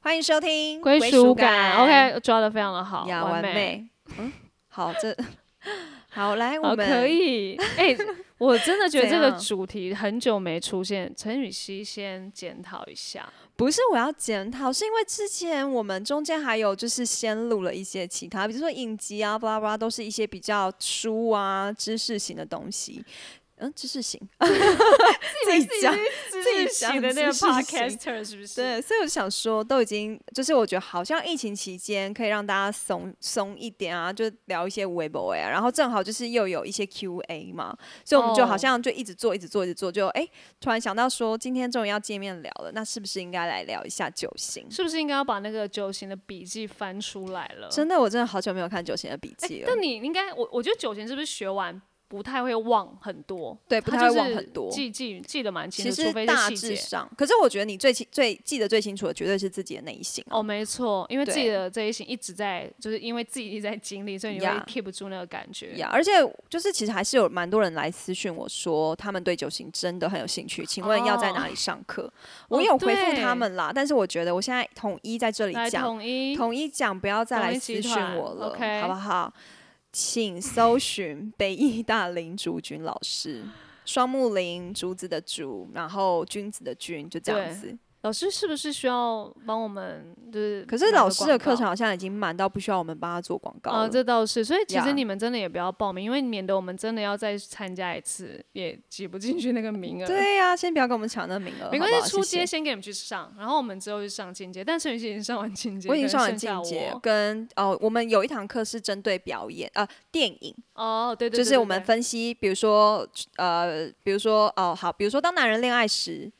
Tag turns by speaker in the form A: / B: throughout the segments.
A: 欢迎收听
B: 归属感
A: 嗯感
B: ，OK，抓的非常的好，
A: 呀，完。
B: 完
A: 美。嗯，好，这好来，我
B: 好，
A: 们
B: 哦可以。 哎、我真的觉得
A: 怎
B: 这个
A: 样
B: 主题很久没出现，陈雨希先检讨一下。
A: 不是我要检讨，是因为之前我们中间还有就是先录了一些其他，比如说影集啊、巴拉巴拉，都是一些比较书啊、知识型的东西。嗯，知识型， 自己讲。
B: 自
A: 己想
B: 写的那个
A: 自己写
B: podcaster 是不是？
A: 对，所以我想说，都已经就是我觉得好像疫情期间可以让大家松松一点啊，就聊一些微博啊，然后正好就是又有一些 Q&A 嘛，所以我们就好
B: 哦
A: 像就一直做，一直做，一直做，就哎、突然想到说今天终于要见面聊了，那是不是应该来聊一下九星？
B: 是不是应该要把那个九型的笔记翻出来了？
A: 真的，我真的好久没有看九星的笔
B: 哎
A: 记了，
B: 但你应该，我我觉得九型是不是学完不太会忘很多？
A: 对不
B: 他
A: 太
B: 就
A: 会忘
B: 是
A: 很多
B: 记记记得蛮清
A: 其
B: 楚，除
A: 实
B: 非
A: 大
B: 是
A: 致
B: 细节。
A: 上，可是我觉得你最清最记得最清楚的绝对是自己的内心啊、
B: 哦，没错，因为自己
A: 对
B: 的这一型一直在，就是因为自己一直在经历，所以你会
A: 呀
B: keep 不住那个感觉。
A: 呀而且就是其实还是有蛮多人来私讯我说，他们对九型真的很有兴趣，请问要在哪里上课？ 我
B: 哦
A: 有回复
B: 对
A: 他们啦，但是我觉得我现在统一在这里
B: 来
A: 讲，
B: 统一
A: 统一讲，不要再
B: 统
A: 来
B: 一集
A: 私讯
B: 团
A: 我了
B: ，OK
A: 好不好？请搜寻北艺大林竹君老师，双木林竹子的竹，然后君子的君，就这样
B: 对
A: 子。
B: 老师是不是需要帮我们？就是
A: 可是老师的
B: 拿个广
A: 课
B: 告
A: 程好像已经满到不需要我们帮他做广告了。
B: 啊，这倒是，所以其
A: 呀
B: 实你们真的也不要报名，因为免得我们真的要再参加一次，也挤不进去那个名额。，
A: 对呀、先不要跟我们抢那名额，
B: 没
A: 好
B: 关
A: 不好
B: 系，出
A: 谢
B: 街
A: 谢
B: 先给你们去上，然后我们之后去上进阶。但陈雨欣已经上完进阶，
A: 我已经
B: 可能
A: 上完
B: 剩下
A: 进阶
B: 我，
A: 跟哦，我们有一堂课是针对表演呃电影，
B: 哦，对对
A: 就是我们
B: 分
A: 分析，比如说呃，比如说哦好，比如说当男人恋爱时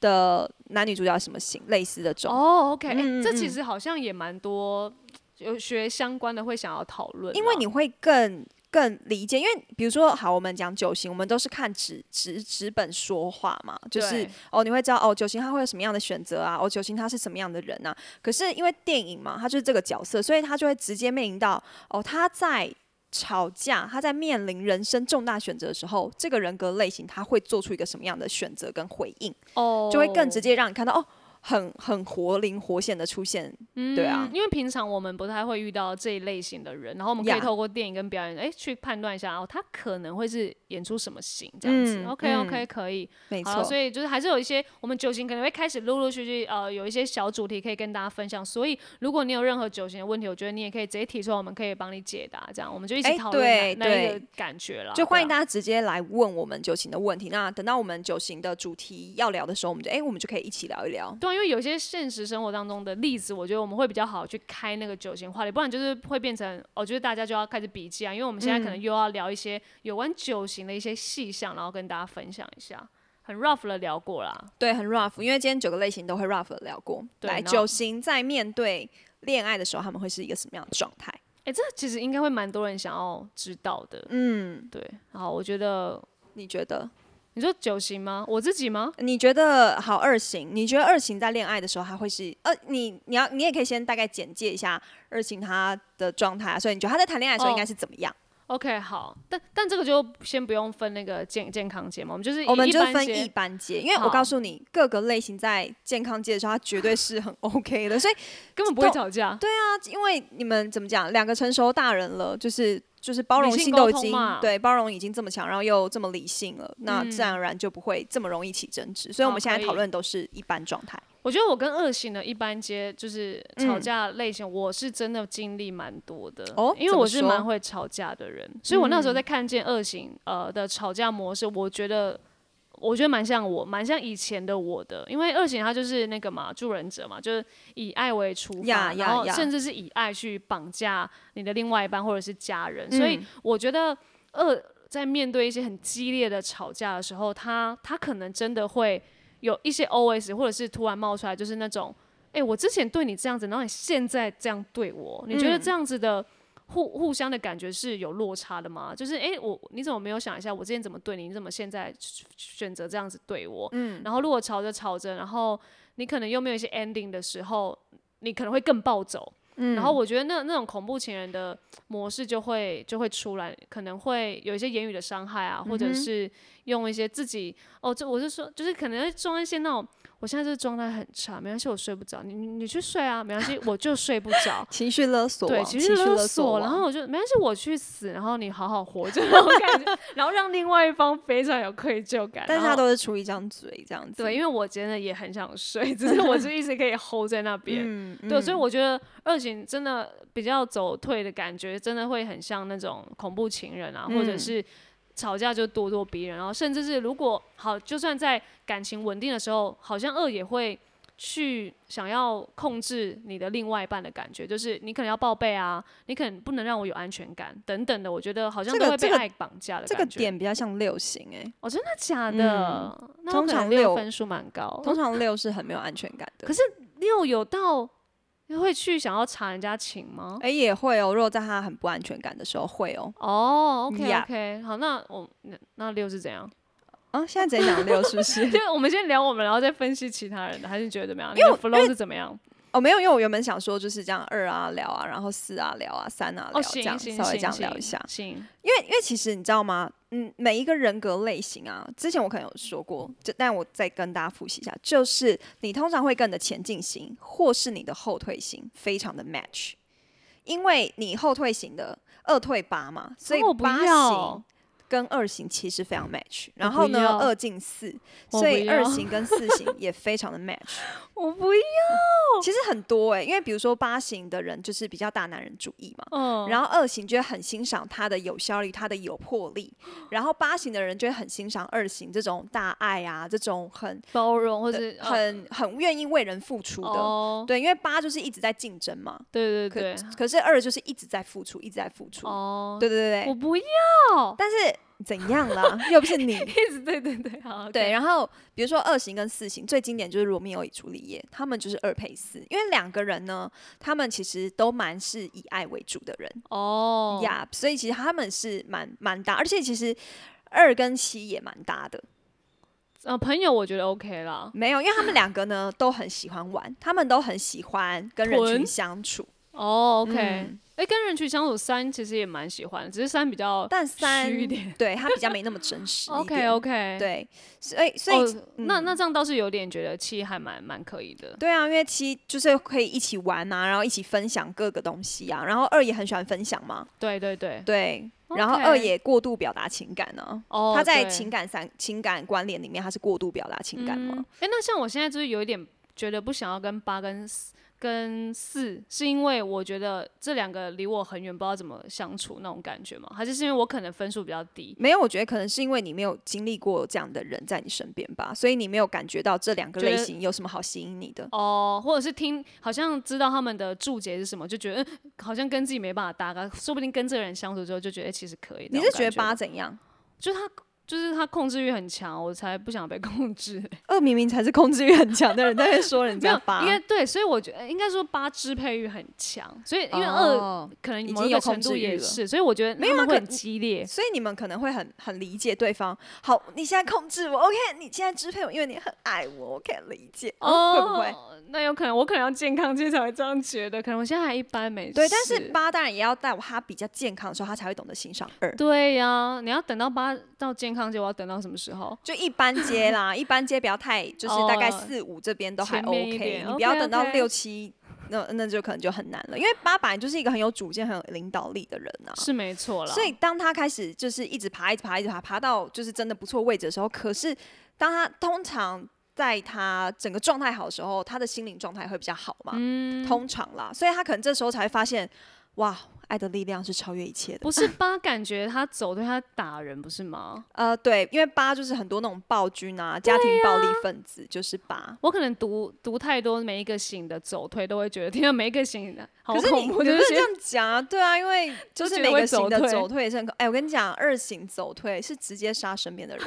A: 的男女主角什么型，类似的种。
B: 哦，OK，哎
A: 嗯嗯
B: 这
A: 嗯
B: 其实好像也蛮多有学相关的会想要讨论啦，
A: 因为你会更更理解，因为比如说，好，我们讲九型，我们都是看纸纸纸本说话嘛，就是
B: 对
A: 哦，你会知道哦，九型他会有什么样的选择啊，哦，九型他是什么样的人啊。可是因为电影嘛，他就是这个角色，所以他就会直接面临到哦，他在吵架，他在面临人生重大选择的时候，这个人格类型他会做出一个什么样的选择跟回应，
B: 哦
A: 就会更直接让你看到哦。很很活灵活现的出现，对啊
B: 嗯，因为平常我们不太会遇到这一类型的人，然后我们可以
A: 呀
B: 透过电影跟表演，哎、去判断一下哦，他可能会是演出什么型这样子。
A: 嗯
B: OK
A: 嗯
B: OK，可以。
A: 没
B: 好了，
A: 错，
B: 所以就是还是有一些我们九型可能会开始陆陆续续呃有一些小主题可以跟大家分享，所以如果你有任何九型的问题，我觉得你也可以直接提出来，我们可以帮你解答，这样我们就一
A: 哎
B: 起讨论
A: 对
B: 那那一
A: 对
B: 个感觉啊了。
A: 就欢迎
B: 大
A: 大家直接来问我们九型的问题。那等到我们九型的主题要聊的时候，我们就哎、我们就可以一起聊一聊。
B: 对啊，因为有些现实生活当中的例子，我觉得我们会比较好去开那个九型话题，不然就是会变成，我觉得大家就要开始笔记啊，因为我们现在
A: 嗯
B: 可能又要聊一些有关九型的一些细项，然后跟大家分享一下，很 rough 的聊过啦。
A: 对，很 rough，因为今天九个类型都会 rough 的聊过。
B: 对
A: 来，
B: 然后
A: 九型在面对恋爱的时候，他们会是一个什么样的状态？
B: 哎，这其实应该会蛮多人想要知道的，
A: 嗯，
B: 对。好，我觉得
A: 你觉得？
B: 你说九型吗？我自己吗？
A: 你觉得好二型？你觉得二型在恋爱的时候，他会是呃，你你要你也可以先大概简介一下二型他的状态啊，所以你觉得他在谈恋爱的时候
B: 哦
A: 应该是怎么样？
B: OK，好，但但这个就先不用分那个健健康节嘛，我们就是以
A: 我们
B: 一
A: 就
B: 般
A: 分
B: 先
A: 一般界，因为我
B: 好
A: 告诉你，各个类型在健康界的时候，它绝对是很 OK 的，所以
B: 根本不会
A: 都
B: 吵架，
A: 因为你们怎么讲，两个成熟大人了，就是就是包容
B: 理性
A: 性
B: 沟
A: 都已
B: 通
A: 经
B: 嘛
A: 对包容已经这么强，然后又这么理性了，那自然而然就不会这么容易起争执。所以我们
B: 好
A: 现在
B: 哦可以
A: 讨论都是一般状态。
B: 我觉得我跟恶型的一般接就是吵
A: 嗯
B: 架类型，我是真的经历蛮多的。
A: 哦
B: 因为
A: 怎么
B: 我是
A: 说嗯
B: 蛮会吵架的人，所以我那时候在看见恶型呃的吵架模式，我觉得我觉得蛮像我，蛮像以前的我的。因为恶型他就是那个嘛，助人者嘛，就是以爱为出发
A: 呀呀
B: 然后
A: 呀
B: 甚至是以爱去绑架你的另外一半或者是家人，所以
A: 嗯
B: 我觉得恶在面对一些很激烈的吵架的时候，他他可能真的会有一些 OS，或者是突然冒出来，就是那种，哎、我之前对你这样子，然后你现在这样对我，你觉得
A: 嗯。
B: 这样子的互互相的感觉是有落差的吗？就是，哎、我你怎么没有想一下，我之前怎么对你，你怎么现在选择这样子对我？嗯，然后如果吵着吵着，然后你可能又没有一些 ending 的时候，你可能会更暴走。然后我觉得那那种恐怖情人的模式就会就会出来，可能会有一些言语的伤害啊，或者是用一些自己哦，这我是说，就是可能会装一些那种我现在这个状态很差，没关系，我睡不着，你你你去睡啊，没关系，我就睡不着
A: 情绪勒索
B: 对，
A: 王，
B: 其
A: 情
B: 实勒
A: 索啊
B: 索，
A: 王，
B: 然后我就没关系，我去死，然后你好好活着， 那种感觉，然后让另外一方非常有愧疚感。
A: 但是
B: 然
A: 他
B: 后
A: 都是出一张嘴这样子，
B: 对，因为我真的也很想睡，只是我就一直可以 hold 在那边。
A: 嗯，
B: 对，
A: 嗯
B: 所以我觉得二型真的比较走退的感觉，真的会很像那种恐怖情人啊，或者
A: 嗯
B: 是吵架就咄咄逼人，然后甚至是如果好，就算在感情稳定的时候，好像二也会去想要控制你的另外一半的感觉，就是你可能要报备啊，你可能不能让我有安全感等等的，我觉得好像
A: 这
B: 都
A: 个
B: 会
A: 这
B: 被
A: 个
B: 爱绑架的
A: 这
B: 感觉。
A: 个点比较像六型哎、
B: 哦，真的假的？那我
A: 通
B: 可能
A: 常
B: 六
A: 六
B: 分数蛮高，
A: 通常六是很没有安全感的。
B: 哦可是六有到会去想要查人家情吗？
A: 哎、也会哦，如果在他很不安全感的时候会哦。
B: 哦、o k
A: Yeah.
B: OK，好，那我那那六是怎样？
A: 啊，现在直接讲六是不是？
B: 就我们先聊我们，然后再分析其他人的，还是觉得怎么样？你的 flow 是怎么样？
A: 哦，没有，因为我原本想说就是这样二啊聊啊，然后四啊聊啊，三啊聊，
B: 哦，
A: 这
B: 行
A: 样
B: 行
A: 稍微这样
B: 行
A: 聊
B: 行
A: 一下。
B: 行，
A: 因为因为其实你知道吗？嗯，每一个人格类型啊，之前我可能有说过，就但我再跟大家复习一下，就是你通常会跟你的前进型或是你的后退型非常的 match，因为你后退型的二退八嘛，所以
B: 哦我不
A: 八
B: 要
A: 型，跟二型其实非常 match，
B: 我
A: 然
B: 不
A: 后呢
B: 要
A: 二进四，
B: 我
A: 所
B: 不
A: 以
B: 要
A: 二型跟四型也非常的 match。
B: 我不要，
A: 其实很多欸诶、因为比如说八型的人就是比较大男人主义嘛，
B: 嗯，
A: 然后二型就会很欣赏他的有效率，他的有魄 力，然后八型的人就会很欣赏二型这种大爱啊，这种很
B: 包容或者
A: 很很愿意为人付出的。
B: 嗯哦，
A: 对，因为八就是一直在竞争嘛，
B: 对对
A: 可
B: 对，
A: 可是二就是一直在付出，一直在付出。
B: 哦，
A: 对对对
B: 我
A: 对，
B: 不要，
A: 但是怎样啦？又不是你。
B: 一直 对对对，好，OK，
A: 对，然后比如说二型跟四型最经典就是罗密欧与朱丽叶，他们就是二配四，因为两个人呢，他们其实都蛮是以爱为主的人，
B: 哦，
A: 呀、所以其实他们是蛮蛮搭，而且其实二跟七也蛮搭的。
B: 呃，朋友我觉得 OK 啦，
A: 没有，因为他们两个呢都很喜欢玩，他们都很喜欢跟人群
B: 屯
A: 相处。
B: 哦，OK，哎
A: 嗯、
B: 诶跟人群相处三其实也蛮喜欢的，只是三比较
A: 但三
B: 虚一点
A: 对他比较没那么真实一
B: OK
A: 点。
B: OK，，
A: 对，所以所以、嗯
B: 哦那那这样倒是有点觉得七还蛮蛮可以的。
A: 对啊，因为七就是可以一起玩啊，然后一起分享各个东西啊，然后二也很喜欢分享嘛，
B: 对对对，
A: 对。然后二
B: OK
A: 也过度表达情感呢、
B: 哦，
A: 他在
B: 对
A: 情感三情感关联里面，他是过度表达情感嘛
B: 嗯？诶，那像我现在就是有一点觉得不想要跟八跟四跟四，是因为我觉得这两个离我很远，不知道怎么相处那种感觉吗？还是是因为我可能分数比较低，
A: 没有，我觉得可能是因为你没有经历过这样的人在你身边吧，所以你没有感觉到这两个
B: 觉得
A: 类型有什么好吸引你的。
B: 哦，或者是听好像知道他们的注解是什么，就觉得、嗯好像跟自己没办法搭嘎，说不定跟这个人相处之后就觉得、诶其实可以。
A: 你
B: 那
A: 是
B: 种
A: 觉得
B: 感
A: 八
B: 吗
A: 怎样？
B: 就是他就是他控制欲很强，我才不想被控制。
A: 二明明才是控制欲很强的人，在那边说人
B: 没有
A: 家八，
B: 因为对，所以我觉得应该说八支配欲很强，所以因为二
A: 哦
B: 可能
A: 已
B: 某
A: 经
B: 一
A: 有
B: 个程
A: 控
B: 度
A: 制欲
B: 也
A: 了
B: 是，所以我觉得
A: 没有
B: 他
A: 啊
B: 们会
A: 可
B: 很激烈。
A: 所以你们可能会很很理解对方。好，你现在控制我，OK，你现在支配我，因为你很爱我，我可以理解，哦、 会不会？
B: 哦，那有可能，我 可能要健康界才会这样觉得，可能我现在还一般没事。
A: 对，但是八当然也要带我，他比较健康的时候，他才会懂得欣赏二。
B: 对呀、你要等到八到健康界，我要等到什么时候？
A: 就一般接啦，一般接不要太，就是大概四五这边都还
B: 前哦面一
A: OK，
B: 点
A: 你不要等到
B: OK，OK
A: 六七，那那就可能就很难了，因为八本来就是一个很有主见、很有领导力的人啊。
B: 是没错啦。
A: 所以当他开始就是一直爬、一直爬、一直爬，爬到就是真的不错位置的时候，可是当他通常在他整个状态好的时候，他的心灵状态会比较好嘛，
B: 嗯
A: 通常啦，所以他可能这时候才会发现，哇，爱的力量是超越一切的。
B: 不是八，感觉他走对他打人不是吗？
A: 呃，对，因为八就是很多那种暴君啊、家庭暴力分子，就是八。
B: 我可能读读太多每一个型的走退，都会觉得 天啊，每一个型好
A: 可是
B: 恐
A: 你
B: 怖，
A: 你
B: 就
A: 不是这
B: 觉得
A: 样讲啊，对啊，因为就
B: 都
A: 是
B: 觉
A: 每
B: 得会
A: 个型
B: 走
A: 的
B: 退
A: 走退也是很可，哎、我跟你讲，二型走退是直接杀身边的人，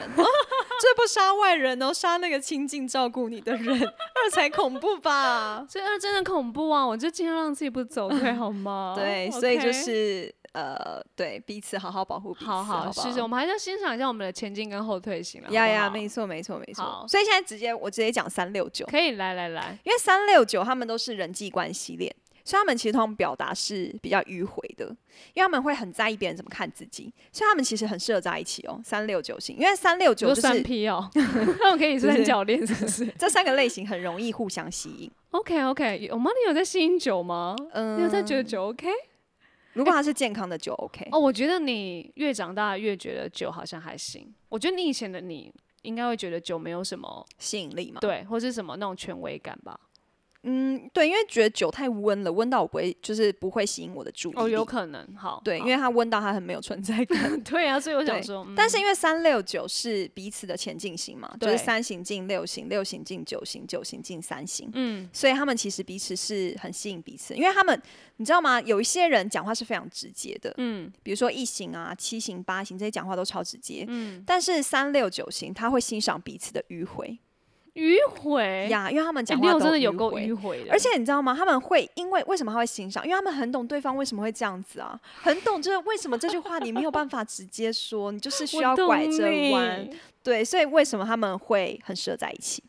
A: 这不杀外人哦，杀那个亲近照顾你的人， 二才恐怖吧？
B: 这二真的恐怖啊！我就尽量让自己不走退，好吗？
A: 啊 对，所以就
B: 哦 OK
A: 是呃，对彼此好好保护彼此，
B: 好
A: 好
B: 好，
A: 不
B: 谢谢。我们还是要欣赏一下我们的前进跟后退型了。
A: 呀
B: 好不
A: 呀，
B: 好
A: 没错没错没错
B: 好。
A: 所以现在直接我直接讲三六九，
B: 可以来来来，
A: 因为三六九他们都是人际关系链，所以他们其实通常表达是比较迂回的，因为他们会很在意别人怎么看自己，所以他们其实很适合在一起哦。三六九型，因为三六九
B: 就
A: 就
B: 三
A: 是
B: P 哦，他们可以三角恋是不是
A: 这三个类型很容易互相吸引。
B: ？OK OK，我妈你有在吸引酒吗？
A: 嗯
B: 你有在觉得酒 OK？
A: 如果他是健康的就 OK，、
B: 哦，我觉得你越长大越觉得酒好像还行。我觉得你以前的你应该会觉得酒没有什么
A: 吸引力嘛。
B: 对，或是什么那种权威感吧？
A: 嗯，对，因为觉得酒太温了，温到我不会，就是不会吸引我的注意力。
B: 哦，有可能，好，
A: 对，因
B: 好
A: 为它温到它很没有存在感。
B: 对啊，所以我想
A: 对
B: 说，嗯
A: 但是因为三六九是彼此的前进型嘛，就
B: 对
A: 是三行进六行，六行进九行，九行进三行，
B: 嗯，
A: 所以他们其实彼此是很吸引彼此，因为他们你知道吗？有一些人讲话是非常直接的，嗯，比如说一行啊、七行、八行这些讲话都超直接，嗯，但是三六九行他会欣赏彼此的迂回
B: 迂回，
A: 呀，因为他们
B: 哎
A: 讲话
B: 六
A: 都
B: 真的有够
A: 回
B: 迂回的，
A: 而且你知道吗？他们会因为为什么他会欣赏？因为他们很懂对方为什么会这样子啊，很懂就是为什么这句话你没有办法直接说，你就是需
B: 我
A: 要
B: 懂
A: 拐着
B: 你
A: 弯。，对，所以为什么他们会很适合在一起？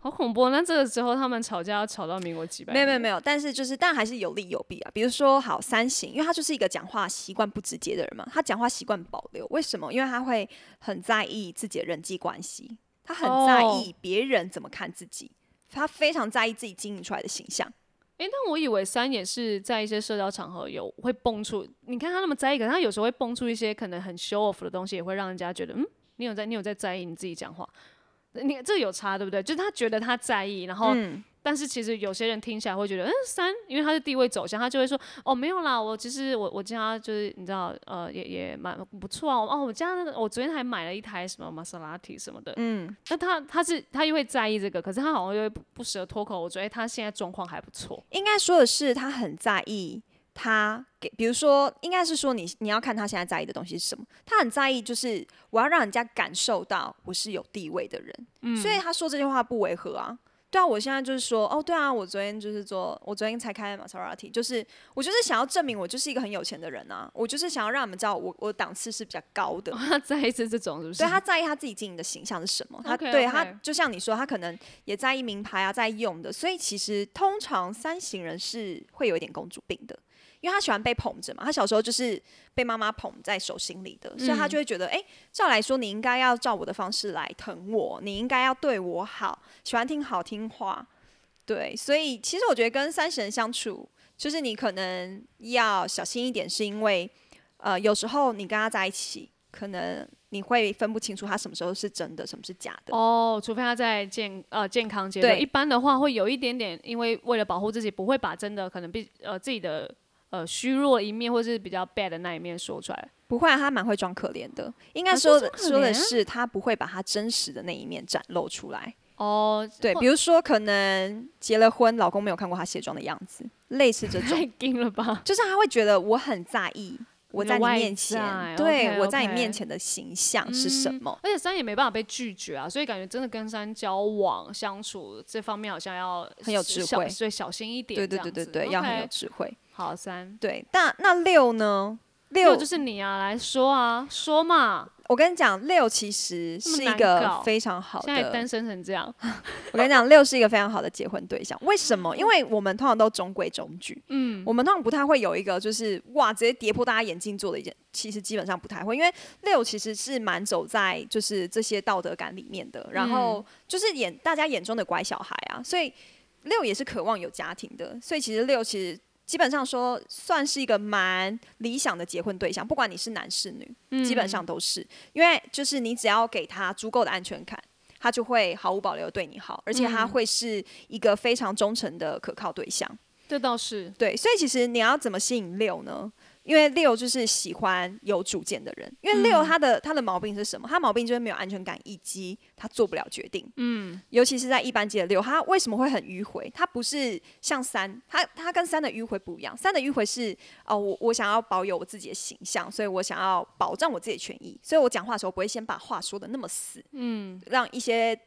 B: 好恐怖哦。那这个之后他们吵架要吵到民国几百
A: 没
B: 年？
A: 有没有没有，但是就是但还是有利有弊啊。比如说好三型，因为他就是一个讲话习惯不直接的人嘛，他讲话习惯保留，为什么？因为他会很在意自己的人际关系，他很在
B: 哦
A: 意别人怎么看自己。他非常在意自己经营出来的形象，
B: 哎、但我以为三也是在一些社交场合有会蹦出，你看他那么在意，可是他有时候会蹦出一些可能很 show off 的东西，也会让人家觉得，嗯，你有在，你有在在意你自己讲话，你这有差对不对？就是他觉得他在意，然后，但是其实有些人听起来会觉得，嗯，三，因为他是地位走向，他就会说，哦，没有啦，我其实我我家就是你知道，呃，也也蛮不错啊，哦，我家那个我昨天还买了一台什么玛莎拉蒂什么的，嗯，那他他是他又会在意这个，可是他好像又会不不舍得脱口，我觉得、哎他现在状况还不错。
A: 应该说的是，他很在意他给，比如说，应该是说你你要看他现在在意的东西是什么。他很在意，就是我要让人家感受到我是有地位的人，所以他说这句话不违和啊。对啊，我现在就是说，哦，对啊，我昨天就是做，我昨天才开玛莎拉蒂，就是我就是想要证明我就是一个很有钱的人啊，我就是想要让你们知道我我档次是比较高的，
B: 他再一次这种是不是？
A: 对啊他在意他自己经营的形象是什么，他
B: OK，
A: 对
B: OK
A: 他就像你说，他可能也在意名牌啊，在意用的，所以其实通常三型人是会有一点公主病的，因为他喜欢被捧着嘛，他小时候就是被妈妈捧在手心里的，所以他
B: 嗯
A: 就会觉得，哎、照来说你应该要照我的方式来疼我，你应该要对我好，喜欢听好听话，对，所以其实我觉得跟三型人相处，就是你可能要小心一点，是因为。呃，有时候你跟他在一起，可能你会分不清楚他什么时候是真的，什么是假的。
B: 哦，除非他在健呃健康阶段，
A: 对
B: 一般的话会有一点点，因为为了保护自己，不会把真的可能比呃自己的呃虚弱的一面或是比较 bad 的那一面说出来。
A: 不会、啊，他蛮会装可怜的。应该
B: 啊
A: 说
B: 会
A: 的、
B: 装可
A: 说的
B: 怜
A: 是，他不会把他真实的那一面展露出来。
B: 哦，
A: 对，比如说可能结了婚，老公没有看过他卸妆的样子，类似这种，
B: 太硬了吧？
A: 就是他会觉得我很在意。我
B: 你
A: 在
B: 的
A: 你
B: 外
A: 面前，
B: 在
A: 对
B: OK，
A: 我在你
B: OK
A: 面前的形象是什么？
B: 而且三也没办法被拒绝啊，所以感觉真的跟三交往相处这方面好像要
A: 很有智
B: 小
A: 慧
B: 所以小心一嗯点
A: 对
B: 这
A: 对
B: 样
A: 对
B: 子。
A: 对对，要很有
B: OK，
A: 智慧。
B: 好三。
A: 对，那那六呢？
B: 六
A: 六
B: 就是你啊，来说啊，说嘛，
A: 我跟你讲，六其实
B: 这么
A: 是一
B: 难
A: 个
B: 搞
A: 非常好
B: 现在
A: 的
B: 单身成这样，
A: 我跟你讲，六是一个非常好的结婚对象。为什么？因为我们通常都中规中矩，嗯，我们通常不太会有一个就是哇直接跌破大家眼镜做的一件，其实基本上不太会，因为六其实是蛮走在就是这些道德感里面的，然后就是眼大家眼中的乖小孩啊，所以六也是渴望有家庭的，所以其实六其实。基本上说，算是一个蛮理想的结婚对象，不管你是男是女， 基本
B: 嗯
A: 上都是，因为就是你只要给他足够的安全感，他就会毫无保留地对你好，而且他会是一个非常忠诚的可靠对象。
B: 这倒是。
A: 对，所以其实你要怎么吸引六呢？因为六就是喜欢有主见的人，因为六他的、他的毛病是什么？他毛病就是没有安全感，以及他做不了决定。嗯，尤其是在一般级的六，他为什么会很迂回？他不是像三，他他跟三的迂回不一样。三的迂回是哦，我我想要保有我自己的形象，所以我想要保障我自己的权益，所以我讲话的时候不会先把话说的那么死，嗯，让一些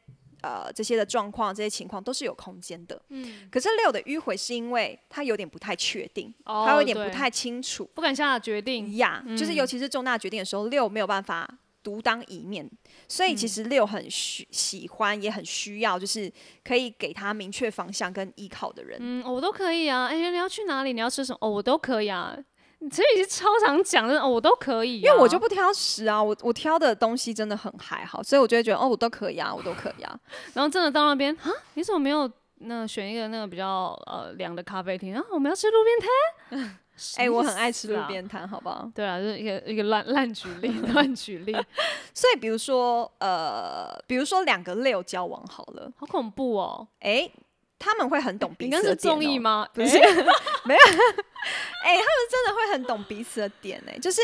A: 呃这些的状况、这些情况都是有空间的。嗯，可是六的迂回是因为他有点不太确定，
B: 哦嗯
A: 他有点不
B: 对
A: 太清楚
B: 不敢下决定，
A: 嗯呀就是尤其是重大决定的时候，六没有办法独当一面，所
B: 嗯
A: 以其实六很需喜欢，也很需要，就是可以给他明确方向跟依靠的人。
B: 嗯，我都可以啊。哎、你要去哪里？你要吃什么？哦，我都可以啊。你这已经超常讲的，哦，我都可以啊、
A: 因为我就不挑食啊，我我挑的东西真的很还好，所以我就会觉得哦，我都可以啊，我都可以 啊。
B: 然后真的到那边啊，你怎么没有那选一个那个比较呃凉的咖啡厅？啊，我们要吃路边摊。
A: 哎、我很爱吃
B: 什么意
A: 路
B: 思啊。
A: 边摊，好不好？
B: 对啊，就是一个一个烂烂举 例，烂举例，
A: 所以比如说呃，比如说两个六交往好了，
B: 好恐怖哦！
A: 哎、他们会很懂
B: 你
A: 彼
B: 刚
A: 此的
B: 是
A: 点、哦。
B: 综艺吗？
A: 不是
B: 哎，
A: 哎、他们真的会很懂彼此的点哎、就是，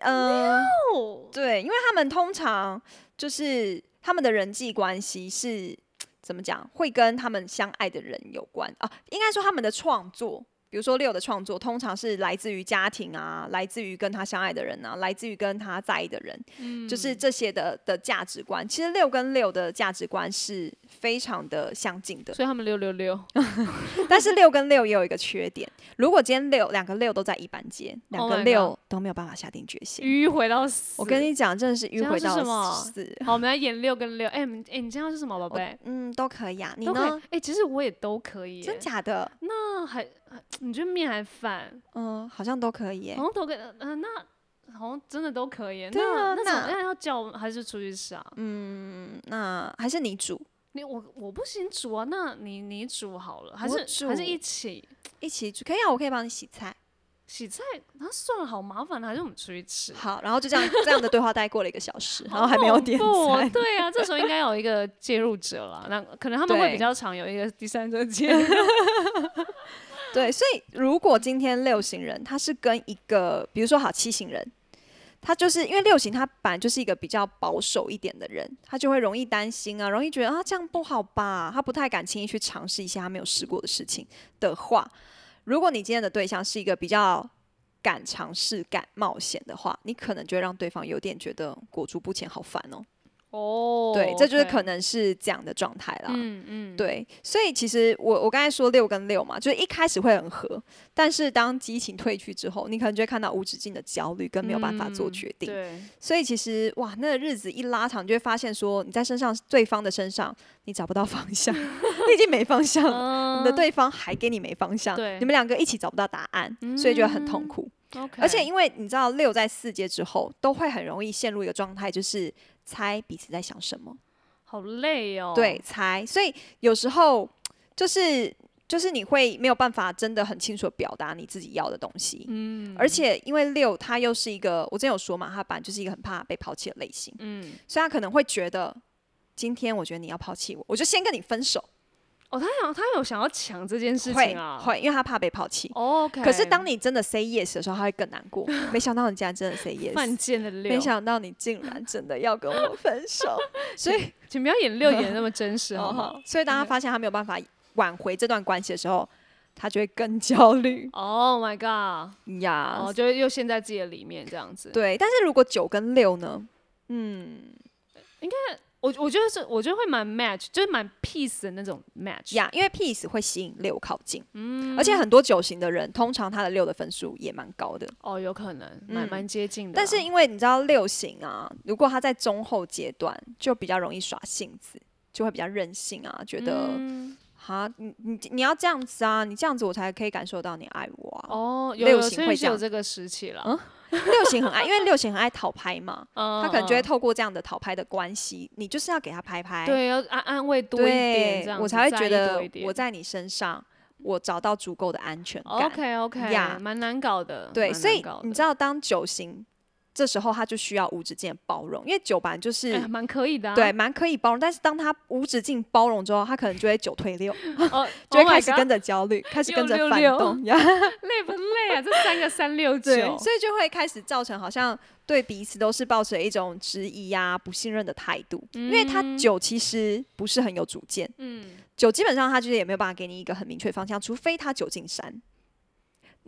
A: 呃，
B: 哦
A: 对，因为他们通常就是他们的人际关系是怎么讲，会跟他们相爱的人有关啊，应该说他们的创作。比如说六的创作，通常是来自于家庭啊，来自于跟他相爱的人啊，来自于跟他在意的人，就是这些的的价值观。其实六跟六的价值观是非常的相近的，
B: 所以他们六 六六，
A: 但是六跟六也有一个缺点，如果今天六两个六都在一般街，两
B: Oh my
A: 个
B: god
A: 六都没有办法下定决心。
B: 迂回到死。
A: 我跟你讲，真的是
B: 这
A: 迂
B: 样
A: 回
B: 是什么
A: 到死。
B: 好，我们来演六跟六。哎、你哎、你这样是什么，宝
A: 我
B: 贝？
A: 嗯，都可以啊。你
B: 都可以。
A: 呢
B: 哎、？其实我也都可以耶。
A: 真假的？
B: 那还还你觉得面还饭，
A: 嗯，好像都可以耶
B: 好。像都跟嗯、呃那好像真的都可以耶。
A: 对啊
B: 那那怎么
A: 那
B: 样要叫我们还是出去吃啊？
A: 嗯，那还是你煮，
B: 你我我不行煮啊，那你你煮好了，还
A: 我
B: 是还是
A: 煮
B: 一起
A: 一起煮可以啊，我可以帮你洗菜。
B: 洗菜？那算了，好麻烦啊，还是我们出去吃？
A: 好，然后就这样这样的对话大概过了一个小时，然后还
B: 好
A: 没有
B: 恐
A: 点
B: 怖哦
A: 菜。
B: 对啊，这时候应该有一个介入者了，那可能他们会
A: 对
B: 比较常有一个第三 者介入。
A: 对，所以如果今天六型人他是跟一个，比如说好七型人，他就是因为六型他本来就是一个比较保守一点的人，他就会容易担心啊，容易觉得啊这样不好吧，他不太敢轻易去尝试一些他没有试过的事情的话，如果你今天的对象是一个比较。敢尝试、敢冒险的话，你可能就会让对方有点觉得裹足不前，好烦哦。
B: 哦，
A: 对，这就是
B: OK
A: 可能是这样的状态啦。
B: 嗯嗯，
A: 对，所以其实我我刚才说六跟六嘛，就是一开始会很合，但是当激情褪去之后，你可能就会看到无止境的焦虑跟没有办法做
B: 嗯
A: 决定。
B: 对，
A: 所以其实哇，那日子一拉长，你就会发现说你在身上对方的身上你找不到方 向，你已经没方向了，
B: 嗯
A: 你的对方还给你没方向，
B: 对嗯
A: 你们两个一起找不到答案，所以就会很痛苦。
B: ，OK，
A: 而且因为你知道六在四阶之后，都会很容易陷入一个状态，就是猜彼此在想什么。
B: 好累哦，
A: 对，猜。所以有时候就是就是你会没有办法真的很清楚地表达你自己要的东西，嗯，而且因为六他又是一个我之前有说嘛，他本来就是一个很怕被抛弃的类型，
B: 嗯，
A: 所以他可能会觉得今天我觉得你要抛弃我，我就先跟你分手，
B: 哦，他想他有想要抢这件事
A: 会
B: 情啊，
A: 会，因为他怕被抛弃。
B: 哦，OK，
A: 可是当你真的 say yes 的时候，他会更难过。没想到你竟然真的 say
B: 犯
A: yes，
B: 贱的六，
A: 没想到你竟然真的要跟我分手，所以
B: 请不要演六演得那么真
A: 哦
B: 实好吗？
A: 所以当他发现他没有办法挽回这段关系的时候，他就会更 焦虑
B: 哦 my god，
A: 呀。
B: 哦，就是又陷在自己的里面这样子。
A: 对，但是如果九跟六呢？
B: 我我觉得是，我觉得会蛮 match，就是蛮 peace 的那种 match。
A: 呀、因为 peace 会吸引六靠近，嗯，而且很多九型的人，通常他的六的分数也蛮高的。
B: 哦，有可能，蛮
A: 嗯
B: 蛮接近的啊。
A: 但是因为你知道六型啊，如果他在中后阶段就比较容易耍性子，就会比较任性啊，觉得
B: 嗯
A: 哈、你你你要这样子啊，你这样子我才可以感受到你爱我啊。
B: 哦，有
A: 六
B: 有，
A: 型
B: 所以
A: 会
B: 是
A: 这
B: 有
A: 样
B: 这个时期了。
A: 六型很爱，因为六型很爱讨拍嘛，
B: 嗯，
A: 他可能就会
B: 嗯
A: 透过这样的讨拍的关系，你就是要给他拍拍，
B: 对要安安慰多一点，
A: 对
B: 这样
A: 我
B: 子
A: 才会
B: 在
A: 觉
B: 意多
A: 得
B: 一点
A: 我在你身上，我找到足够的安全感。
B: OK OK，
A: 呀
B: 蛮难搞的。
A: 对，
B: 蛮
A: 所
B: 难
A: 以
B: 搞
A: 你
B: 的
A: 知道，当九型这时候，他就需要无止境的包容，因为九版就是、
B: 哎蛮可以的啊。
A: 对蛮可以包容，但是当他无止境包容之后，他可能就会九退六，
B: 哦，
A: 就会
B: Oh my
A: 开始
B: God，
A: 跟着焦虑，开始
B: 又
A: 跟着
B: 六
A: 反
B: 六
A: 动。
B: 累不累啊？这三个三六
A: 对，
B: 九，
A: 所以就会开始造成好像对彼此都是抱着一种质疑啊、不信任的态度，因为
B: 嗯
A: 他九其实不是很有主见，嗯，九基本上他就是也没有办法给你一个很明确的方向，除非他九进 山。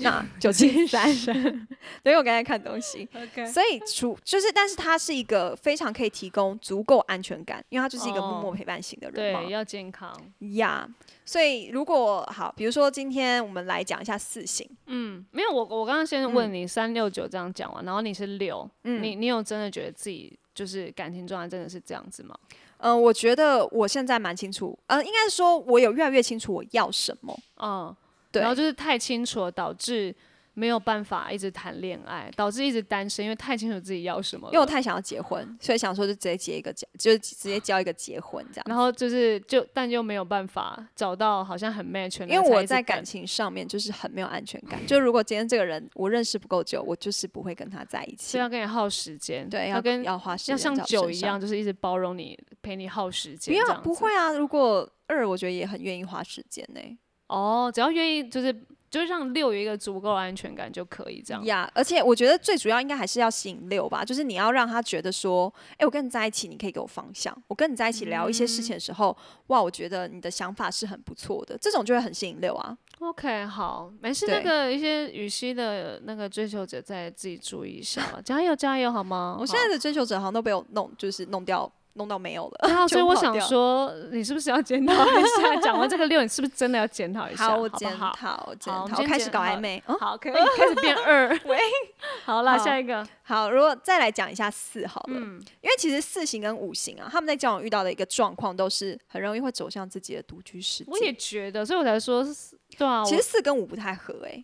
A: 那九进山， 对，因为我刚才看东 西，
B: OK，
A: 所以除就是，但是他是一个非常可以提供足够安全感，因为他就是一个默默陪伴型的人嘛
B: 哦对，，要健康。
A: 呀、所以如果好，比如说今天我们来讲一下四型，
B: 嗯，没
A: 嗯
B: 有我我刚刚先问你三六九这样讲完，然后你是六，你你有真的觉得自己就是感情状态真的是这样子吗？
A: 嗯、我觉得我现在蛮清楚，嗯、应该是说我有越来越清楚我要什么。
B: 嗯，
A: 对
B: 然后就是太清楚了，导致没有办法一直谈恋爱，导致一直单身，因为太清楚自己要什么
A: 因为
B: 了。
A: 我太想要结婚，所以想说就直接结一个结，就直接交一个结婚这样。
B: 然后就是就但又没有办法找到好像很 match，的人
A: 因为
B: 才
A: 我
B: 一直
A: 在感
B: 等
A: 情上面就是很没有安全感，就如果今天这个人我认识不够久，我就是不会跟他在一起
B: 是。要跟你耗时间，
A: 对，
B: 啊要
A: 要
B: 跟
A: 要花时间
B: 要像
A: 在我
B: 酒
A: 身
B: 一
A: 上
B: 样，，就是一直包容你，陪你耗时间
A: 不
B: 这样子。
A: 要不会啊。如果二，我觉得也很愿意花时间呢、
B: 哦，只要愿意就是就是让六有一个足够的安全感就可以这样。
A: 呀而且我觉得最主要应该还是要吸引六吧，就是你要让他觉得说，哎、我跟你在一起，你可以给我方向。我跟你在一起聊一些
B: 嗯
A: 事情的时候，哇，我觉得你的想法是很不错的，这种就会很吸引六啊。
B: OK，好，没事。那
A: 对
B: 个一些羽西的那个追求者，再自己注意一下了，加油加油，好吗？
A: 我现在的追求者好像都被我弄，就是弄掉，弄到没有了。
B: 对啊，所以我
A: 全跑
B: 想
A: 掉
B: 说，你是不是要检讨一下？讲完这个六，你是不是真的要检讨一下？
A: 好，
B: 好
A: 我
B: 不
A: 检
B: 好。
A: 讨，我检
B: 好我们
A: 讨，我
B: 先
A: 开始
B: 检
A: 搞暧
B: 讨
A: 昧。嗯，
B: 好，可以 开始变二。
A: 喂，
B: 好啦，
A: 好
B: 下一个。
A: 好，如果再来讲一下四好了，
B: 嗯
A: 因为其实四型跟五型啊，他们在交往遇到的一个状况都是很容易会走向自己的独居世界。
B: 我也觉得，所以我才说是，对啊，
A: 其
B: 我
A: 实四跟五不太合哎、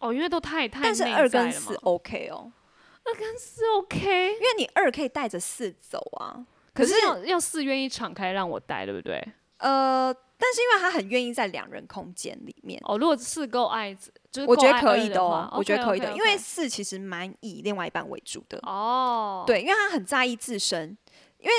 B: 哦，因为都太太
A: 但是
B: 内
A: 二
B: 在
A: 跟
B: 了嘛
A: 四 OK 哦，
B: 是 OK，
A: 因为你二可以带着四走啊，
B: 可
A: 可
B: 是
A: 是
B: 要要四愿意敞开让我待，对不对？
A: 呃，但是因为他很愿意在两人空间里面。
B: 哦，如果四够爱，就是
A: 我觉得
B: 够爱
A: 可
B: 二
A: 以的哦，
B: 话
A: 我觉得可以的，
B: OK，OK，OK
A: 因为四其实蛮以另外一半为主的，
B: 哦，，
A: 对，因为他很在意自身，因为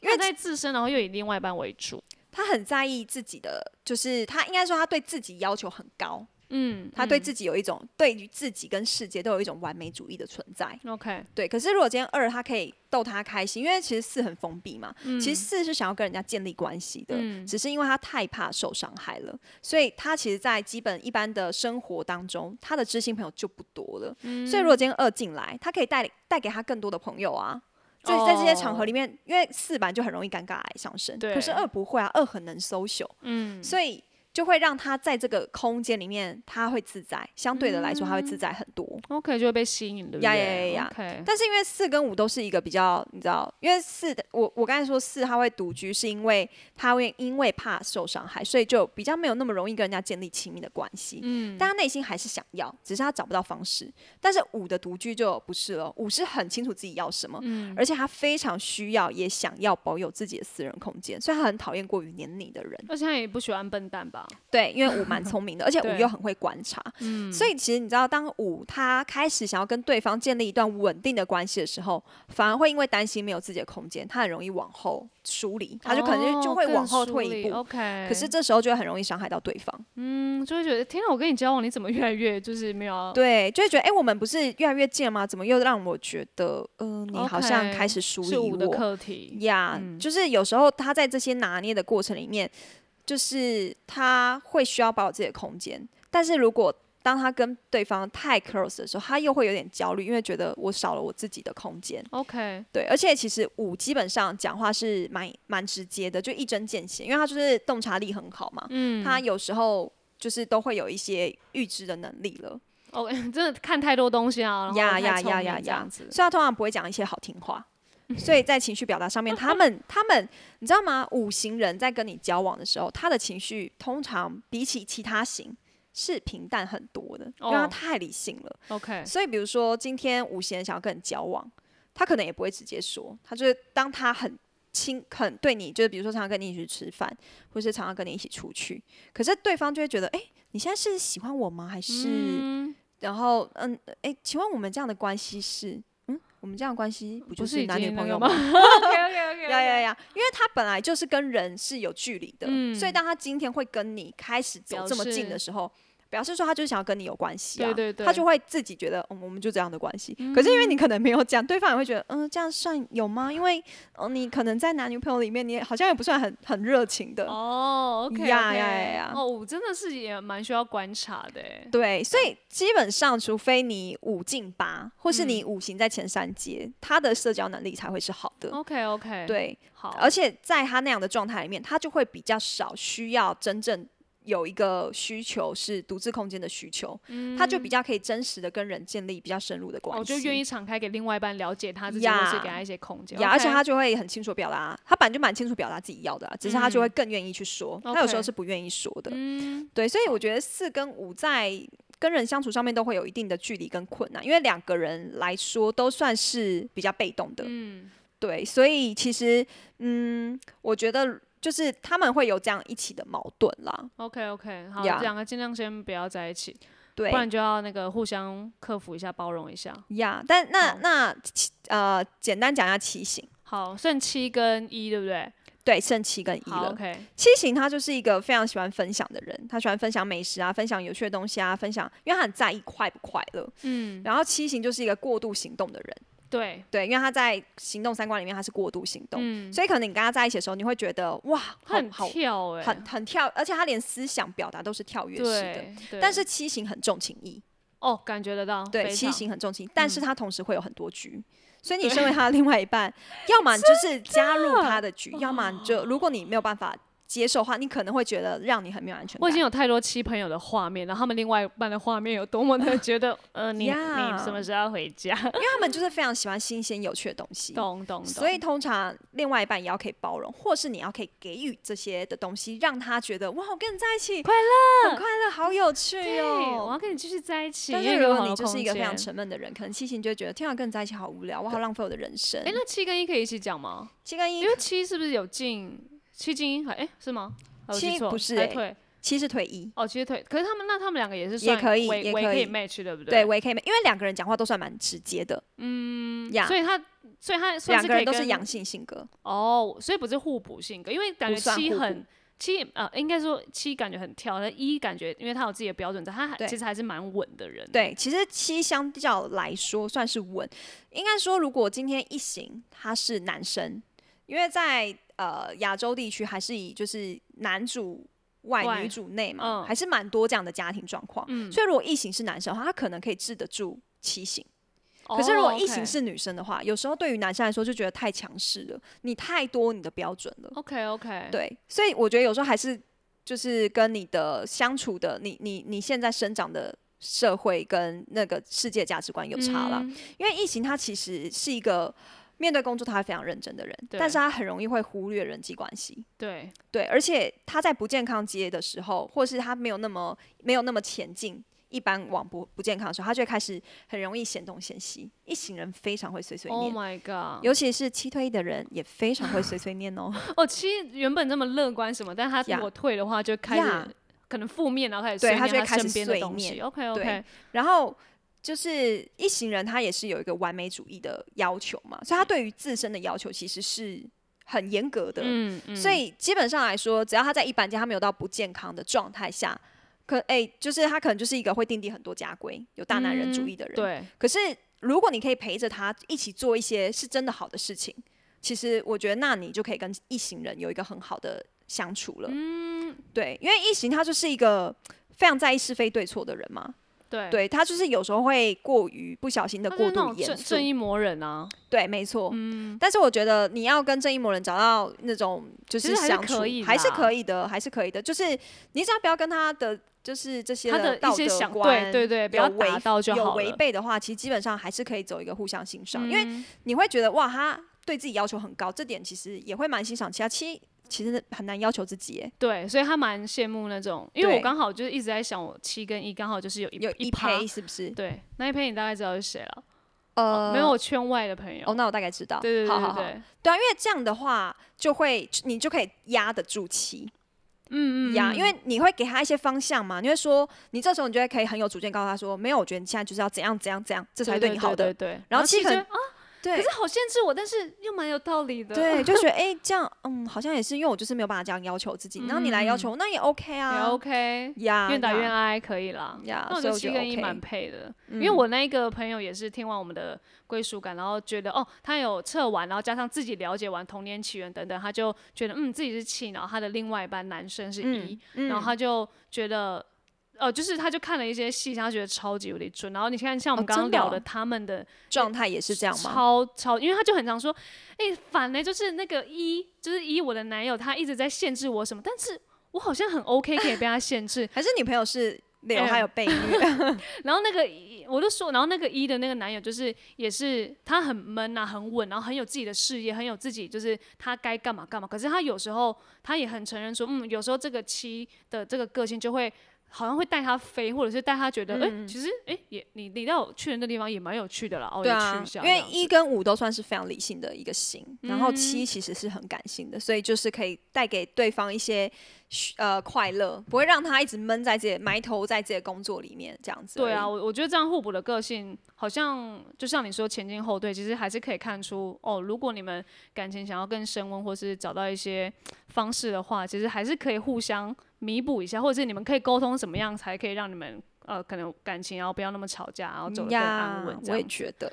A: 因为
B: 在自身，然后又以另外一半为主，
A: 他很在意自己的，就是他应该说他对自己要求很高，
B: 嗯，
A: 他对
B: 嗯
A: 自己有一种、对于自己跟世界都有一种完美主义的存在。
B: OK，
A: 对，可是如果今天二他可以逗他开心，因为其实四很封闭嘛，其实四是想要跟人家建立关系的，
B: 嗯
A: 只是因为他太怕受伤害了，所以他其实，在基本一般的生活当中，他的知心朋友就不多了。所以
B: 嗯
A: 如果今天二进来，他可以带带给他更多的朋友啊。在在这些场合里面，因为四版就很容易尴尬癌上身，
B: 哦对
A: 可是二不会啊，二很能 social，
B: 嗯，
A: 所以就会让他在这个空间里面，他会自在，相对的来说，他会自在很多。
B: OK 就会被吸引，对不对
A: 呀呀呀呀
B: o k
A: 但是因为四跟五都是一个比较，你知道，因为四的我我刚才说四他会独居，是因为他会因为怕受伤害，所以就比较没有那么容易跟人家建立亲密的关系。嗯，但他内心还是想要，只是他找不到方式。但是五的独居就不是了，五是很清楚自己要什么，而且他非常需要也想要保有自己的私人空间，所以他很讨厌过于黏腻的人。
B: 而且他也不喜欢笨蛋吧？
A: 对，因为五 蛮聪明的，而且五
B: 对嗯
A: 又很会观察，所以其实你知道，当五他开始想要跟对方建立一段稳定的关系的时候，反而会因为担心没有自己的空间，他很容易往后疏离，他就可能就就
B: 哦
A: 会
B: 更
A: 往后
B: 疏
A: 退
B: 离
A: 一步。
B: ，OK，
A: 可是这时候就会很容易伤害到对方，
B: 嗯，就会觉得天啊，我跟你交往，你怎么越来越就是没有要
A: 对，就会觉得哎、诶我们不是越来越近了吗？怎么又让我觉得，呃，你好像
B: OK，
A: 开始疏离
B: 是我的
A: 我？
B: 课题？
A: 呀就是有时候他在这些拿捏的过程里面，就是他会需要保有自己的空间，但是如果当他跟对方太 close 的时候，他又会有点焦虑，因为觉得我少了我自己的空间。
B: OK，
A: 对，而且其实五基本上讲话是蛮蛮直接的，就一针见血，因为他就是洞察力很好嘛。
B: 嗯，
A: 他有时候就是都会有一些预知的能力了，
B: 哦，真的看太多东西啊，然后
A: 呀
B: 太
A: 呀
B: 聪
A: 呀
B: 明
A: 呀
B: 这
A: 呀
B: 样子，
A: 所以他通常不会讲一些好听话。所以在情绪表达上面，他们他们，你知道吗？五行人在跟你交往的时候，他的情绪通常比起其他型是平淡很多的，因为他
B: 哦
A: 太理性了。
B: OK，
A: 所以比如说，今天五行人想要跟你交往，他可能也不会直接说，他就是当他很亲很对你，就是比如说常常跟你一起去吃饭，或是常常跟你一起出去，可是对方就会觉得，哎、你现在是喜欢我吗？还是、
B: 嗯
A: 然后，嗯，哎，请问我们这样的关系是，嗯，我们这样的关系不
B: 不
A: 就是
B: 已
A: 男女
B: 经那
A: 朋
B: 个
A: 友
B: 吗
A: 吗？
B: OK OK OK，
A: 呀呀呀！因为他本来就是跟人是有距离的，
B: 嗯
A: 所以当他今天会跟你开始走
B: 表
A: 这么近
B: 示
A: 的时候，表示说他就是想要跟你有关系啊，
B: 对对嗯对
A: 他就会自己觉得，嗯，我们就这样的关系。可是因为你可能没有讲，对方也会觉得，嗯，这样算有吗？因为，嗯，你可能在男女朋友里面，你好像也不算很很热情的。
B: 哦，OK，
A: 呀呀呀呀
B: 哦，我真的是也蛮需要观察的欸，
A: 对，所以基本上，除非你五进八，或是
B: 嗯
A: 你五行在前三节，他的社交能力才会是好的。
B: OK 哦 OK，，
A: 对，
B: 好，
A: 而且在他那样的状态里面，他就会比较少需要真正有一个需求是独自空间的需求，他就比较可以真实的跟人建立比较深入的关
B: 我
A: 系。
B: 嗯哦就愿意敞开给另外一半了解他自己，或是
A: 呀
B: 给他一些空间。
A: 呀，而且
B: OK
A: 他就会很清楚表达，他本来就蛮清楚表达自己要的、啊，只是他就会更愿意去说。他有时候
B: 嗯 OK 嗯
A: 是不愿意说的，对，所以我觉得四跟五在跟人相处上面都会有一定的距离跟困难，因为两个人来说都算是比较被动的，
B: 嗯，
A: 对，所以其实嗯，我觉得就是他们会有这样一起的矛盾啦，
B: OK OK，好，
A: 呀
B: 两个尽量先不要在一起，
A: 对
B: 不。然就要那个互相克服一下，包容一下。
A: 呀但那
B: 好
A: 那其呃，简单讲一下七型，
B: 好，剩七跟一，对不对？
A: 对，剩七跟一
B: 好
A: 了。
B: ，OK，
A: 七型他就是一个非常喜欢分享的人，他喜欢分享美食啊，分享有趣的东西啊，分享，因为他很在意快不快乐。
B: 嗯，
A: 然后七型就是一个过度行动的人，
B: 对，
A: 对，因为他在行动三观里面他是过度行动，
B: 嗯，
A: 所以可能你跟他在一起的时候，你会觉得哇，好
B: 很
A: 好
B: 跳哎、
A: 很很跳，而且他连思想表达都是跳跃式的。
B: 对，对
A: 但是七型很重情义，
B: 哦，感觉得到，
A: 对，
B: 非
A: 七
B: 常
A: 型很重情，但是
B: 嗯
A: 他同时会有很多局。所以你
B: 对
A: 身为他的另外一半，要么你就是加入他的局，要么你
B: 哦
A: 就如果你没有办法接受的话，你可能会觉得让你很没有安全感。
B: 我已经有太多七朋友的画面，然后他们另外一半的画面有多么的觉得，呃，你
A: 呀
B: 你什么时候要回家？
A: 因为他们就是非常喜欢新鲜有趣的东西，
B: 懂懂懂。
A: 所以通常另外一半也要可以包容，或是你要可以给予这些的东西，让他觉得哇，我跟你在一起
B: 快
A: 乐，很快乐，好有趣
B: 对，
A: 哦。
B: 我要跟你继续在一起。
A: 但
B: 因
A: 是如
B: 为有
A: 果
B: 好
A: 你
B: 的
A: 就是一个
B: 空
A: 非常
B: 间
A: 沉闷的人，可能七星就会觉得天啊，跟你在一起好无聊，我好浪费我的人生
B: 哎、。那七跟一可以一起讲吗？
A: 七跟一
B: 因，为七是不是有进七进一？哎、是吗？还有
A: 七
B: 记错
A: 不是
B: 还
A: 哎
B: 退
A: 七是退一，
B: 哦，七是退。可是他们那他们两个也是
A: 也
B: 算
A: 可以
B: 为
A: 也
B: 为
A: 可
B: 以
A: 以
B: match 对不
A: 对，
B: 对
A: 我也可以，因为两个人讲话都算蛮直接的，嗯呀
B: 所，以他所以他算
A: 两
B: 是
A: 个
B: 可
A: 人
B: 以
A: 都是
B: 跟
A: 阳性性格，
B: 哦，所以不是互补性格，因为感
A: 不
B: 觉
A: 算
B: 七
A: 互补
B: 很七呃，应该说七感觉很跳，但一感觉因为他有自己的标准在，他还
A: 对
B: 其实还是蛮稳的人。，
A: 对，其实七相较来说算是稳，应该说如果今天一行他是男生，因为在呃亚洲地区还是以就是男主。外
B: 外
A: 女主内嘛，
B: 嗯
A: 还是蛮多这样的家庭状况。所以如果异形是男生的话，他可能可以治得住七型。
B: 哦
A: 可是如果异形是女生的话，有时候对于男生来说就觉得太强势了，你太多你的标准了。
B: OK OK，
A: 对，所以我觉得有时候还是就是跟你的相处的，你你你现在生长的社会跟那个世界价值观有差
B: 嗯
A: 啦。因为疫情他其实是一个面对工作他会非常认真的人，
B: 对
A: 但是他很容易会忽略人际关系。
B: 对
A: 对，而且他在不健康街的时候，或是他没有那么没有那么前进。一般往不不健康的时候，他就会开始很容易嫌东嫌西。一行人非常会碎碎
B: ，Oh
A: 念
B: my god，
A: 尤其是七退一的人也非常会碎碎念哦。
B: 哦，七原本这么乐观什么，但他如
A: 呀
B: 果退的话就开始
A: 呀
B: 可能负面，然后开始
A: 对
B: 碎
A: 他
B: 念
A: 就会开
B: 身
A: 始
B: 边的
A: 碎
B: 东西。
A: 念
B: OK OK，
A: 对然后就是一行人，他也是有一个完美主义的要求嘛，所以他
B: 嗯
A: 对于自身的要求其实是很严格的。
B: 嗯嗯，
A: 所以基本上来说，只要他在一般家，他没有到不健康的状态下，可哎、就是他可能就是一个会定定很多家规、有大男人主义的人。。
B: 嗯对
A: 可是如果你可以陪着他一起做一些是真的好的事情，其实我觉得那你就可以跟一行人有一个很好的相处了。嗯，对，因为一行他就是一个非常在意是非对错的人嘛，
B: 对，
A: 对他就是有时候会过于不小心的
B: 他就是
A: 过
B: 那种
A: 度
B: 正
A: 严肃
B: 正，义魔人啊，
A: 对，没错。嗯，但是我觉得你要跟正义魔人找到那种就
B: 其实还是
A: 相处
B: 可以啦
A: 还是可以的，还是可以的。就是你只要不要跟他的就是这些
B: 他的
A: 道
B: 一些
A: 德
B: 想对
A: 观
B: 对对，不要
A: 有违
B: 打到就
A: 有
B: 好
A: 违
B: 了。
A: 背的话，其实基本上还是可以走一个互相欣赏，因
B: 嗯
A: 为你会觉得哇，他对自己要求很高，这点其实也会蛮欣赏其他。其实其实很难要求自己耶，
B: 对，所以他蛮羡慕那种，因为
A: 对
B: 我刚好就是一直在想，我七跟一刚好就是有一
A: 有
B: 一
A: 一
B: 趴，
A: 胚是不是？
B: 对，那一篇你大概知道是谁了？
A: 呃，
B: 哦没有我圈外的朋友。
A: 哦，那我大概知道。
B: 对对对对
A: 好好好，
B: 对
A: 对啊，因为这样的话就会你就可以压得住气。嗯嗯，压，因为你会给他一些方向嘛，你会说，你这时候你就会可以很有主见，告诉他说，没有，我觉得你现在就是要怎样怎样怎样，这才对你好
B: 对
A: 的。
B: 对对对
A: 然后
B: 七
A: 七
B: 可
A: 可
B: 能
A: 能
B: 啊，可
A: 对
B: 是好限制我，但是又蛮有道理的。
A: 对，就觉得哎，这样，嗯，好像也是，因为我就是没有办法这样要求自己，然后你来要求我，那也 OK
B: 嗯也
A: 啊，
B: OK，
A: 呀，
B: 愿打愿
A: 呀
B: 挨可以啦。
A: 呀，
B: 那我
A: 所以
B: 觉得
A: 我
B: 七
A: 觉
B: 跟一
A: 得
B: 蛮
A: OK。嗯
B: 配的，因为我那一个朋友也是听完我们的归属感，然后觉得哦，他有测完，然后加上自己了解完童年起源等等，他就觉得嗯自己是七，然后他的另外一半男生是一、
A: 嗯
B: 然后他就觉得，呃，就是他就看了一些戏，他觉得超级有点准。然后你看，像我们
A: 哦
B: 刚刚
A: 真的
B: 聊
A: 哦
B: 的，他们的
A: 状态也是这样吗？，
B: 超超，因为他就很常说，欸哎、反呢、就是那个一，就是一我的男友，他一直在限制我什么，但是。我好像很 OK 可以被他限制
A: 还是你朋友是柳
B: 嗯
A: 还有背女？
B: 然后那个一我就说，然后那个一的那个男友就是也是他很闷啊，很稳，然后很有自己的事业，很有自己就是他该干嘛干嘛。可是他有时候他也很承认说，嗯，有时候这个妻的这个个性就会。好像会带他飞，或者是带他觉得，哎、
A: 嗯
B: 其实，哎、也你你带我去的那地方也蛮有趣的啦，哦，
A: 对
B: 也去
A: 啊
B: 一下，
A: 因
B: 这
A: 为
B: 样子，嗯
A: 一跟五都算是非常理性的一个型，然后七其实是很感性的，所以就是可以带给对方一些呃快乐，不会让他一直闷在自己埋头在自己的工作里面这样子而已。
B: 对啊，我我觉得这样互补的个性，好像就像你说前进后退，其实还是可以看出哦。如果你们感情想要更升温，或是找到一些方式的话，其实还是可以互相弥补一下，或者是你们可以沟通怎么样才可以让你们呃可能感情然后不要那么吵架，然后走得更安稳
A: 嗯呀
B: 这
A: 我也
B: 样。
A: 觉得，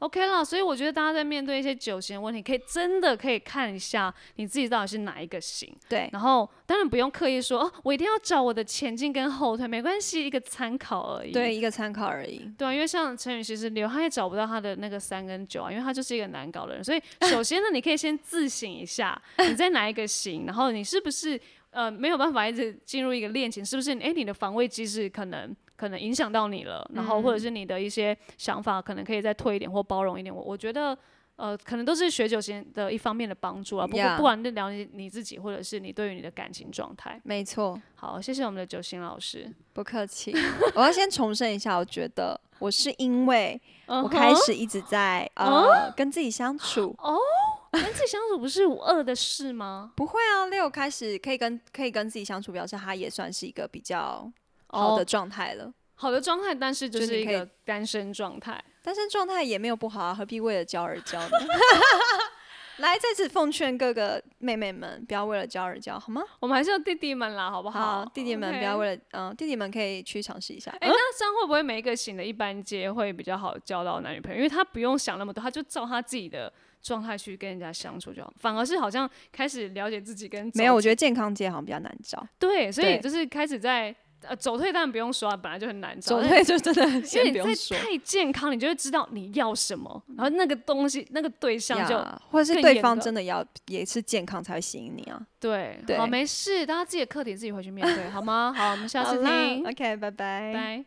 B: OK 啦，所以我觉得大家在面对一些酒型的问题，可以真的可以看一下你自己到底是哪一个型。
A: 对，
B: 然后当然不用刻意说哦，我一定要找我的前进跟后退，没关系，一个参考而已。
A: 对一个参考而已。
B: 对啊，因为像陈宇其实刘，他也找不到他的那个三跟九啊，因为他就是一个难搞的人。所以首先呢，你可以先自省一下，你在哪一个型，然后你是不是呃没有办法一直进入一个恋情，是不是？哎，你的防卫机制可能可能影响到你了，然后或者是你的一些想法可能可以再退一点或包容一点。我我觉得。呃，可能都是学酒型的一方面的帮助啊。不过
A: Yeah
B: 不管是聊你你自己，或者是你对于你的感情状态。
A: 没错，
B: 好，谢谢我们的酒型老师。
A: 不客 气。我要先重申一下，我觉得我是因为我
B: 我
A: 开始一直在
B: 嗯
A: 呃跟自己相处。
B: 跟自己相处不是我二的事吗？
A: 不会啊，六开始可以跟可以跟自己相处，表示他也算是一个比较好
B: 哦
A: 的状态了。
B: 好的状态，但是就
A: 就是你
B: 一
A: 可以
B: 个单身状态。
A: 单身状态也没有不好啊，何必为了交而交 呢？来，再次奉劝各个妹妹们，不要为了交而交，好吗？
B: 我们还是有弟弟们啦，好不好？
A: 好，弟弟们
B: OK
A: 不要。为了，嗯，弟弟们可以去尝试一下。
B: 哎、那这样会不会每一个型的一般街会比较好交到男女朋友？因为他不用想那么多，他就照他自己的状态去跟人家相处就好。反而是好像开始了解自己跟
A: 没有，我
B: 走
A: 觉得健康界好像比较难 找，
B: 对，所以
A: 对
B: 就是开始在呃走退，当然不用说啊，本来就很难找。
A: 走
B: 但
A: 退就真的
B: 因为
A: 先不用
B: 你
A: 说
B: 在。太健康，你就会知道你要什么，然后那个东西、那个对象就
A: 呀或者是
B: 更
A: 对
B: 严
A: 方
B: 格
A: 真的要也是健康才会吸引你啊。
B: 对。
A: 对
B: 好，没事，大家自己的课题自己回去面对，好吗？好，我们下
A: 好
B: 次
A: 啦
B: 听，
A: ，OK，拜拜
B: 拜。